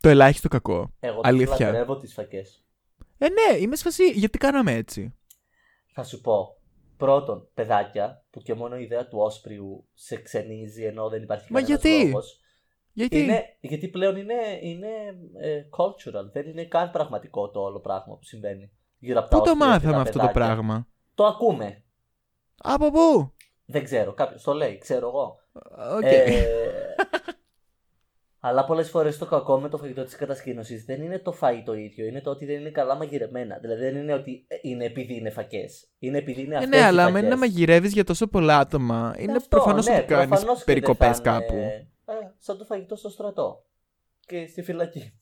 S2: το ελάχιστο κακό.
S1: Εγώ
S2: Αλήθεια.
S1: τις λατρεύω τις φακές.
S2: Ε, ναι, είμαι σφασί. Γιατί κάναμε έτσι.
S1: Θα σου πω. Πρώτον, παιδάκια, που και μόνο η ιδέα του όσπριου σε ξενίζει ενώ δεν υπάρχει
S2: Μα
S1: κανένας
S2: γιατί?
S1: λόγος.
S2: Γιατί.
S1: Είναι, γιατί πλέον είναι, είναι ε, cultural. Δεν είναι καν πραγματικό το όλο πράγμα που συμβαίνει. Γύρω από τα
S2: Πού το
S1: όσπρια και τα
S2: μάθαμε αυτό το
S1: παιδάκια.
S2: πράγμα.
S1: Το ακούμε.
S2: Από πού.
S1: Δεν ξέρω. Κάποιος το λέει, ξέρω εγώ.
S2: Οκ. [laughs]
S1: Ε, αλλά πολλές φορές το κακό με το φαγητό της κατασκήνωσης δεν είναι το φαΐ το ίδιο, είναι το ότι δεν είναι καλά μαγειρεμένα. Δηλαδή δεν είναι ότι ε, είναι επειδή είναι φακές. Είναι επειδή είναι αυτέ.
S2: ναι,
S1: ναι,
S2: αλλά με να μαγειρεύεις για τόσο πολλά άτομα, είναι προφανώ ότι κάνεις περικοπέ κάπου.
S1: ε, σαν το φαγητό στο στρατό και στη φυλακή.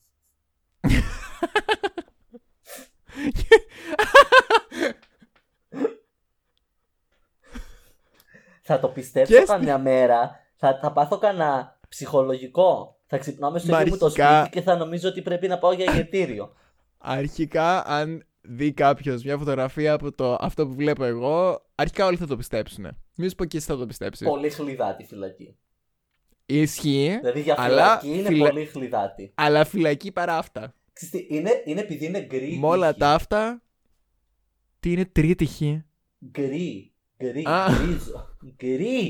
S1: θα το πιστέψω
S2: Και στη-
S1: καμιά μέρα, θα, θα πάθω κανένα ψυχολογικό. Θα ξυπνάω με στο ίδιο μου το
S2: Μαρικά.
S1: σπίτι και θα νομίζω ότι πρέπει να πάω για ηγετήριο.
S2: [laughs] Αρχικά, αν δει κάποιος μια φωτογραφία από το, αυτό που βλέπω εγώ, αρχικά όλοι θα το πιστέψουν. Μην σου πω και εσύ θα το πιστέψεις.
S1: πολύ χλιδάτη φυλακή.
S2: Ισχύει,
S1: Δηλαδή για
S2: Αλλά
S1: φυλακή είναι
S2: φυλα-
S1: πολύ χλιδάτη.
S2: αλλά φυλακή παρά αυτά.
S1: Ξέρεις τι, είναι, είναι επειδή είναι γκρι.
S2: Με όλα
S1: ήχη.
S2: τα αυτά. Τι είναι τρίτη
S1: [gasps]
S2: χ.
S1: Γκρι. Γκρι.
S2: Α.
S1: Γκρίζο. Γκρι.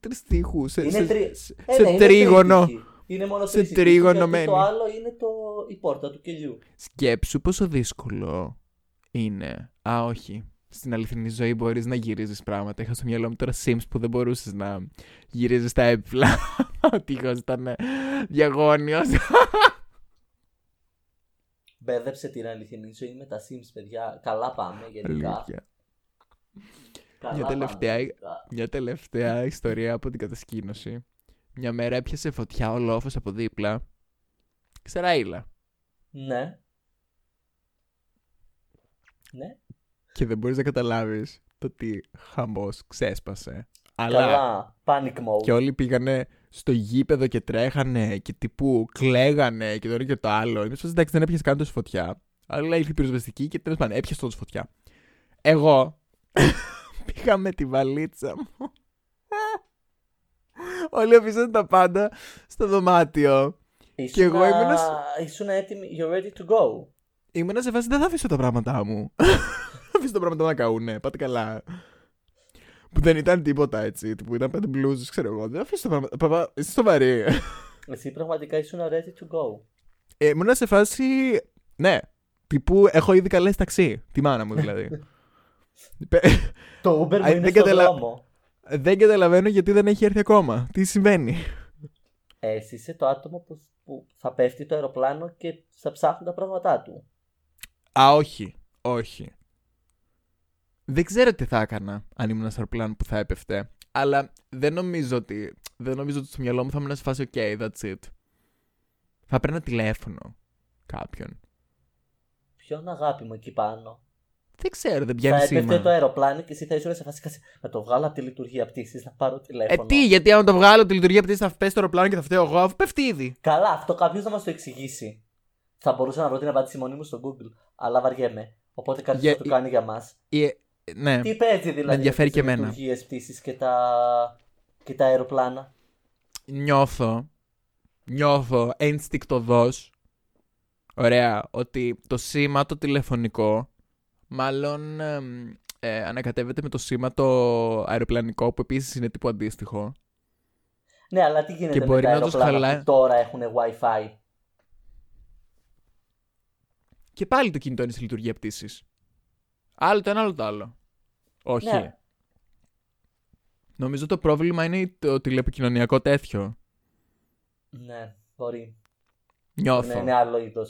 S2: Τρει τείχου. Σε,
S1: Είναι
S2: σε-
S1: τρι-
S2: σε-
S1: Ε,
S2: σε
S1: ναι, είναι
S2: τρίγωνο.
S1: τρίτη ήχη. Είναι μόνο
S2: Σε
S1: τρεις ήχοι,
S2: τρίγωνο
S1: γιατί
S2: μένει.
S1: Το άλλο είναι το... η πόρτα του κελιού.
S2: Σκέψου πόσο δύσκολο είναι. Α, όχι. Στην αληθινή ζωή μπορείς να γυρίζεις πράγματα. Είχα στο μυαλό μου τώρα Sims που δεν μπορούσες να γυρίζεις τα έπιπλα. [laughs] Ο τείχος ήταν ε, διαγώνιος
S1: Μπέρδεψε την αληθινή ζωή με τα Sims, παιδιά. Καλά πάμε γενικά.
S2: Αλήθεια.
S1: Καλά
S2: Μια
S1: πάμε,
S2: τελευταία-
S1: γενικά.
S2: Μια τελευταία ιστορία από την κατασκήνωση. Μια μέρα έπιασε φωτιά ο λόφος από δίπλα. Ξεραήλα.
S1: Ναι.
S2: Και δεν μπορείς να καταλάβεις το τι χαμός ξέσπασε. Αλλά
S1: Καλά. Panic mode.
S2: και όλοι πήγανε στο γήπεδο και τρέχανε και τύπου κλαίγανε και το ένα και το άλλο. Είμαι στο εντάξει δεν έπιασες καν τόσο φωτιά. Αλλά ήλθε η πυροσβεστική και τέλος πάντων έπιασες τόσο φωτιά. Εγώ [laughs] πήγα με τη βαλίτσα μου. [laughs] Όλοι αφήσαν τα πάντα στο δωμάτιο.
S1: Ήσουν
S2: και εγώ
S1: α-
S2: ήμουν
S1: Ήσουν έτοιμη. You're ready to go.
S2: Ήμουνα σε φάση δεν θα αφήσω τα πράγματά μου. [laughs] Θα αφήσω τα πράγματά μου να καούνε. Πάτε καλά. Που δεν ήταν τίποτα έτσι. Που ήταν πέντε μπλουζ, ξέρω εγώ. Δεν αφήσω τα πράγματα. Παπα, είσαι σοβαρή.
S1: Εσύ πραγματικά ήσουν ready to go.
S2: Ε, ήμουνα σε φάση. Ναι. Τύπου έχω ήδη καλέσει ταξί. Τη μάνα μου δηλαδή.
S1: [laughs]
S2: Πε-
S1: Το Uber μου
S2: Α,
S1: είναι
S2: δεν
S1: στον
S2: καταλα-
S1: δρόμο.
S2: δεν καταλαβαίνω γιατί δεν έχει έρθει ακόμα. Τι συμβαίνει.
S1: Ε, Εσύ είσαι το άτομο που, που θα πέφτει το αεροπλάνο και θα ψάχνουν τα πράγματά του.
S2: Α, όχι. Όχι. Δεν ξέρω τι θα έκανα αν ήμουν σε αεροπλάνο που θα έπεφτε. Αλλά δεν νομίζω ότι. Δεν νομίζω ότι στο μυαλό μου θα ήμουν σε φάση OK, that's it. Θα παίρνα τηλέφωνο κάποιον.
S1: Ποιον αγάπη μου εκεί πάνω.
S2: Δεν ξέρω, δεν
S1: θα
S2: πιάνει σήμα.
S1: έπεφτε το αεροπλάνο και εσύ θα ήσουν σε φάση «Κάτσε, να το βγάλω από τη λειτουργία πτήσης, να πάρω
S2: Ε,
S1: τηλέφωνο.
S2: τι, γιατί αν το βγάλω τη λειτουργία πτήσης θα πέσει το αεροπλάνο και θα φταίω εγώ, αφού πέφτει ήδη.
S1: Καλά, αυτό κάποιος να μας το εξηγήσει. Θα μπορούσα να βρω την απάντηση μόνη μου στο Google, αλλά βαριέμαι. Οπότε κάποιος
S2: Για-
S1: θα το κάνει για μας.
S2: Ε, ναι.
S1: Τι παίζει δηλαδή.
S2: ενδιαφέρει και εμένα.
S1: Με τι πτήσει και τα... και τα αεροπλάνα.
S2: νιώθω, νιώθω ενστικτοδός, ωραία, ότι το σήμα το τηλεφωνικό μάλλον εμ, ε, ανακατεύεται με το σήμα το αεροπλανικό που επίσης είναι τύπου αντίστοιχο.
S1: Ναι, αλλά τι γίνεται
S2: Και
S1: με
S2: μπορεί
S1: τα
S2: να τους
S1: αεροπλάνα
S2: χαλά-
S1: που τώρα έχουν Wi-Fi.
S2: Και πάλι το κινητό είναι στη λειτουργία πτήσης. Άλλο το ένα, άλλο το άλλο. Όχι.
S1: Ναι.
S2: Νομίζω το πρόβλημα είναι το τηλεπικοινωνιακό τέτοιο.
S1: Ναι, μπορεί. Ναι,
S2: Νιώθω.
S1: Είναι, είναι άλλο είδο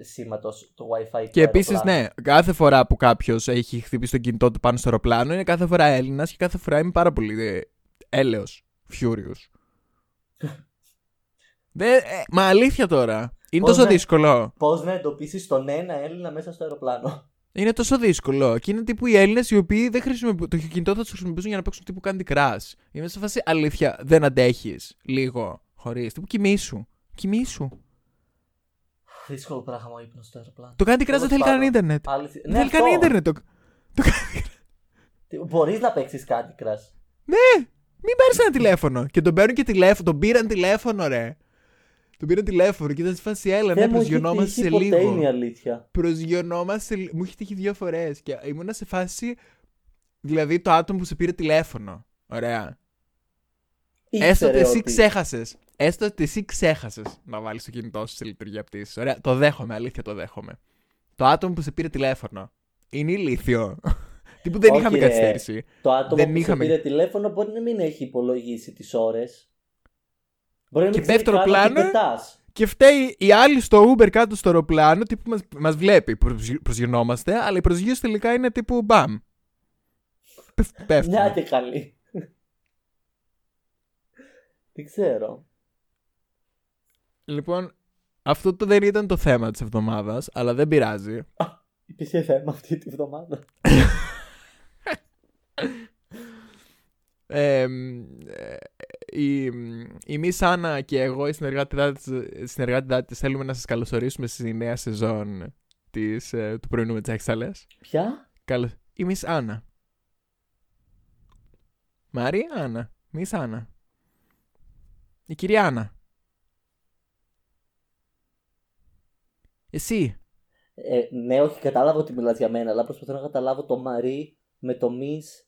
S1: σήματο το Wi-Fi.
S2: Και
S1: του
S2: επίση,
S1: αεροπλάνου.
S2: ναι, κάθε φορά που κάποιος έχει χτυπήσει το κινητό του πάνω στο αεροπλάνο είναι κάθε φορά Έλληνας και κάθε φορά είμαι πάρα πολύ ε, έλεος. Furious.
S1: [laughs]
S2: Δεν- ε, μα αλήθεια τώρα. Είναι
S1: Πώς ναι.
S2: τόσο
S1: να-
S2: δύσκολο.
S1: Πώς να εντοπίσεις τον ένα Έλληνα μέσα στο αεροπλάνο. [laughs]
S2: Είναι τόσο δύσκολο. Και είναι τύπου οι Έλληνες οι οποίοι δεν χρησιμοποιούν. Το κινητό θα τους χρησιμοποιήσουν για να παίξουν τύπου Candy Crush. Είμαι σε φάση αλήθεια. Δεν αντέχεις. Λίγο. Χωρίς. Τύπου κοιμήσου. Κοιμήσου.
S1: Δύσκολο πράγμα ο ύπνος στο αεροπλάνο.
S2: Το Candy Crush
S1: Εγώ
S2: δεν θέλει
S1: σπάρω.
S2: κανένα Ιντερνετ.
S1: Αληθι-
S2: Δεν
S1: Ναι,
S2: θέλει κανένα
S1: αυτό.
S2: Ιντερνετ. Το- το Candy Crush.
S1: Μπορείς να παίξεις κάτι κρασ.
S2: Ναι! Μην πάρει ένα τηλέφωνο. Και τον παίρνουν και τηλέφωνο. Τον πήραν τηλέφωνο, ρε. Τον πήραν τηλέφωνο και ήταν στη φάση έλα. Ναι, προσγειωνόμαστε σε
S1: ποτέ είναι η
S2: λίγο.
S1: αλήθεια.
S2: Προσγειωνόμαστε. σε λι- Μου έχει τύχει δύο φορές και ήμουνα σε φάση. Δηλαδή το άτομο που σε πήρε τηλέφωνο. Ωραία. Έστω ότι
S1: Ήξερε
S2: εσύ
S1: ότι-
S2: ξέχασες. Έστω ότι εσύ ξέχασες να βάλεις το κινητό σου σε λειτουργία πτήση. Ωραία. Το δέχομαι, αλήθεια το δέχομαι. Το άτομο που σε πήρε τηλέφωνο. Είναι ηλίθιο. [laughs] Τι που δεν
S1: Όχι,
S2: είχαμε
S1: ρε.
S2: καθυστέρηση.
S1: Το άτομο
S2: Δεν
S1: που σε
S2: είχαμε-
S1: πήρε τηλέφωνο μπορεί να μην έχει υπολογίσει τις ώρες. Μπορεί να μην
S2: Και
S1: ξέρει
S2: δεύτερο
S1: καν ότι
S2: πλάνο-
S1: πετάς.
S2: Και φταίει η άλλη στο Uber κάτω στο αεροπλάνο, τύπου μας, μας βλέπει, προσγει- προσγειωνόμαστε, αλλά η προσγείωση τελικά είναι
S1: Ναι,
S2: τύπου μπαμ. Πεφ- Πέφτουμε.
S1: Μια και καλή. Δεν ξέρω.
S2: Λοιπόν, αυτό το δεν ήταν το θέμα της εβδομάδας, αλλά δεν πειράζει.
S1: Υπήρχε θέμα αυτή τη βδομάδα.
S2: Ε, μ, ε, η, η Μη Σάνα και εγώ, η συνεργάτητά της, η συνεργάτητά της, θέλουμε να σας καλωσορίσουμε στη νέα σεζόν της, ε, του πρωινού με τις Έξαλες.
S1: Ποια?
S2: Καλώς... Η Μη Σάνα. Μαρία Άννα. Μη Σάνα. Η κυρία Άννα. Εσύ.
S1: Ε, ναι, όχι, κατάλαβα ότι μιλάς για μένα, αλλά προσπαθώ να καταλάβω το Μαρί με το Μις.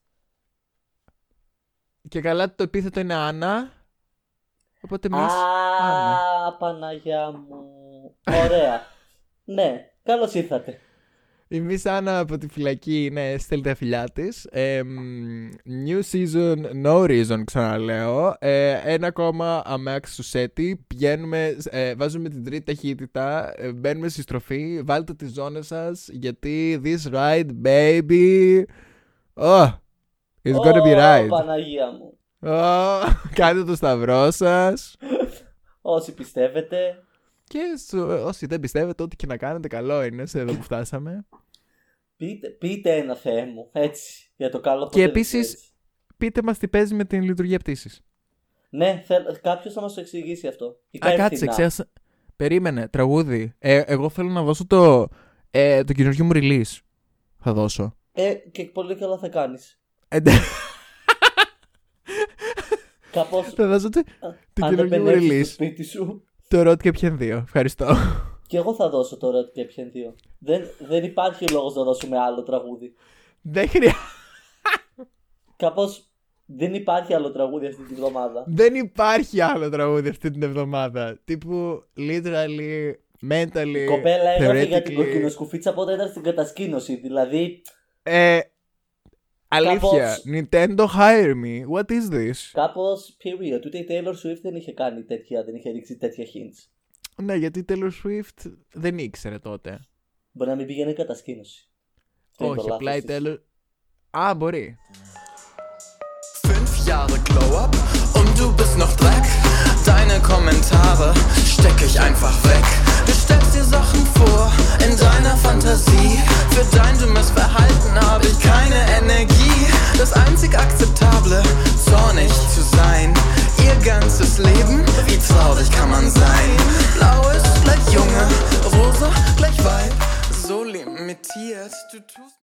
S2: Και καλά το επίθετο είναι Άννα. Οπότε εμείς...
S1: Α,
S2: Άννα.
S1: Παναγιά μου. Ωραία. ναι, καλώς ήρθατε.
S2: Η Miss Άννα από τη φυλακή ναι, στέλνει τα φιλιά της. new season, no reason, ξαναλέω. Ε, ένα ακόμα αμάξι του σέτι. Πηγαίνουμε, ε, βάζουμε την τρίτη ταχύτητα. ε, μπαίνουμε στη στροφή. Βάλτε τις ζώνες σας γιατί this ride, baby. Oh, it's gonna be
S1: Ω,
S2: right.
S1: Παναγία μου.
S2: Oh, κάντε το σταυρό σας.
S1: Όσοι πιστεύετε,
S2: Και στο- όσοι δεν πιστεύετε, ό,τι και να κάνετε, καλό είναι σε εδώ που φτάσαμε.
S1: πείτε, πείτε ένα Θεέ μου, έτσι, για το καλό
S2: Και
S1: αποτέλεσμα,
S2: επίσης-
S1: έτσι.
S2: Πείτε μας τι παίζει με την λειτουργία πτήσης.
S1: Ναι, θέλ... κάποιος θα μας το εξηγήσει αυτό.
S2: Α, κάτσε, ξέχασα. Περίμενε, τραγούδι. Ε, εγώ θέλω να δώσω το, ε, το καινούργιο μου release. Θα δώσω.
S1: Ε, και πολύ καλά θα κάνεις.
S2: Ε, ντε-
S1: Κάπως.
S2: [laughs] θα δώσω το, το
S1: Αν δεν
S2: καινούργιο μου
S1: πενέψεις στο
S2: release.
S1: σπίτι σου.
S2: Το Ρότ και πιέν δύο. Ευχαριστώ. [laughs]
S1: Και εγώ θα δώσω τώρα το Captain 2. Δεν, δεν υπάρχει λόγος να δώσουμε άλλο τραγούδι.
S2: Δεν χρειά...
S1: Κάπως δεν υπάρχει άλλο τραγούδι αυτή τη βδομάδα.
S2: Δεν υπάρχει άλλο τραγούδι αυτή την εβδομάδα. Τύπου literally, mentally,
S1: Η κοπέλα έγραφε για την
S2: Ε, theoretically.
S1: κοκκινοσκουφίτσα από όταν ήταν στην κατασκήνωση. Δηλαδή,
S2: Ε, αλήθεια.
S1: Κάπως-
S2: Nintendo hire me. What is this?
S1: κάπως period. Ούτε η Taylor Swift δεν είχε κάνει τέτοια, δεν είχε ρίξει τέτοια hints.
S2: Ναι, γιατί Taylor Swift δεν ήξερε τότε.
S1: Μπορεί να μην πήγαινε η κατασκήνωση. Αυτό είναι το
S2: Όχι,
S1: λάθος
S2: απλά η
S1: της.
S2: Taylor... Α, μπορεί.
S3: Fünf Jahre Glow-Up und du bist noch Dreck. Deine Kommentare steck ich einfach weg. Du stellst dir Sachen vor in deiner Fantasie. Für dein dummes Verhalten habe ich keine Energie. Das einzig Akzeptable, zornig zu sein. Ihr ganzes Leben, wie traurig kann man sein? Blau ist gleich Junge, rosa gleich Weib. So limitiert, du tust.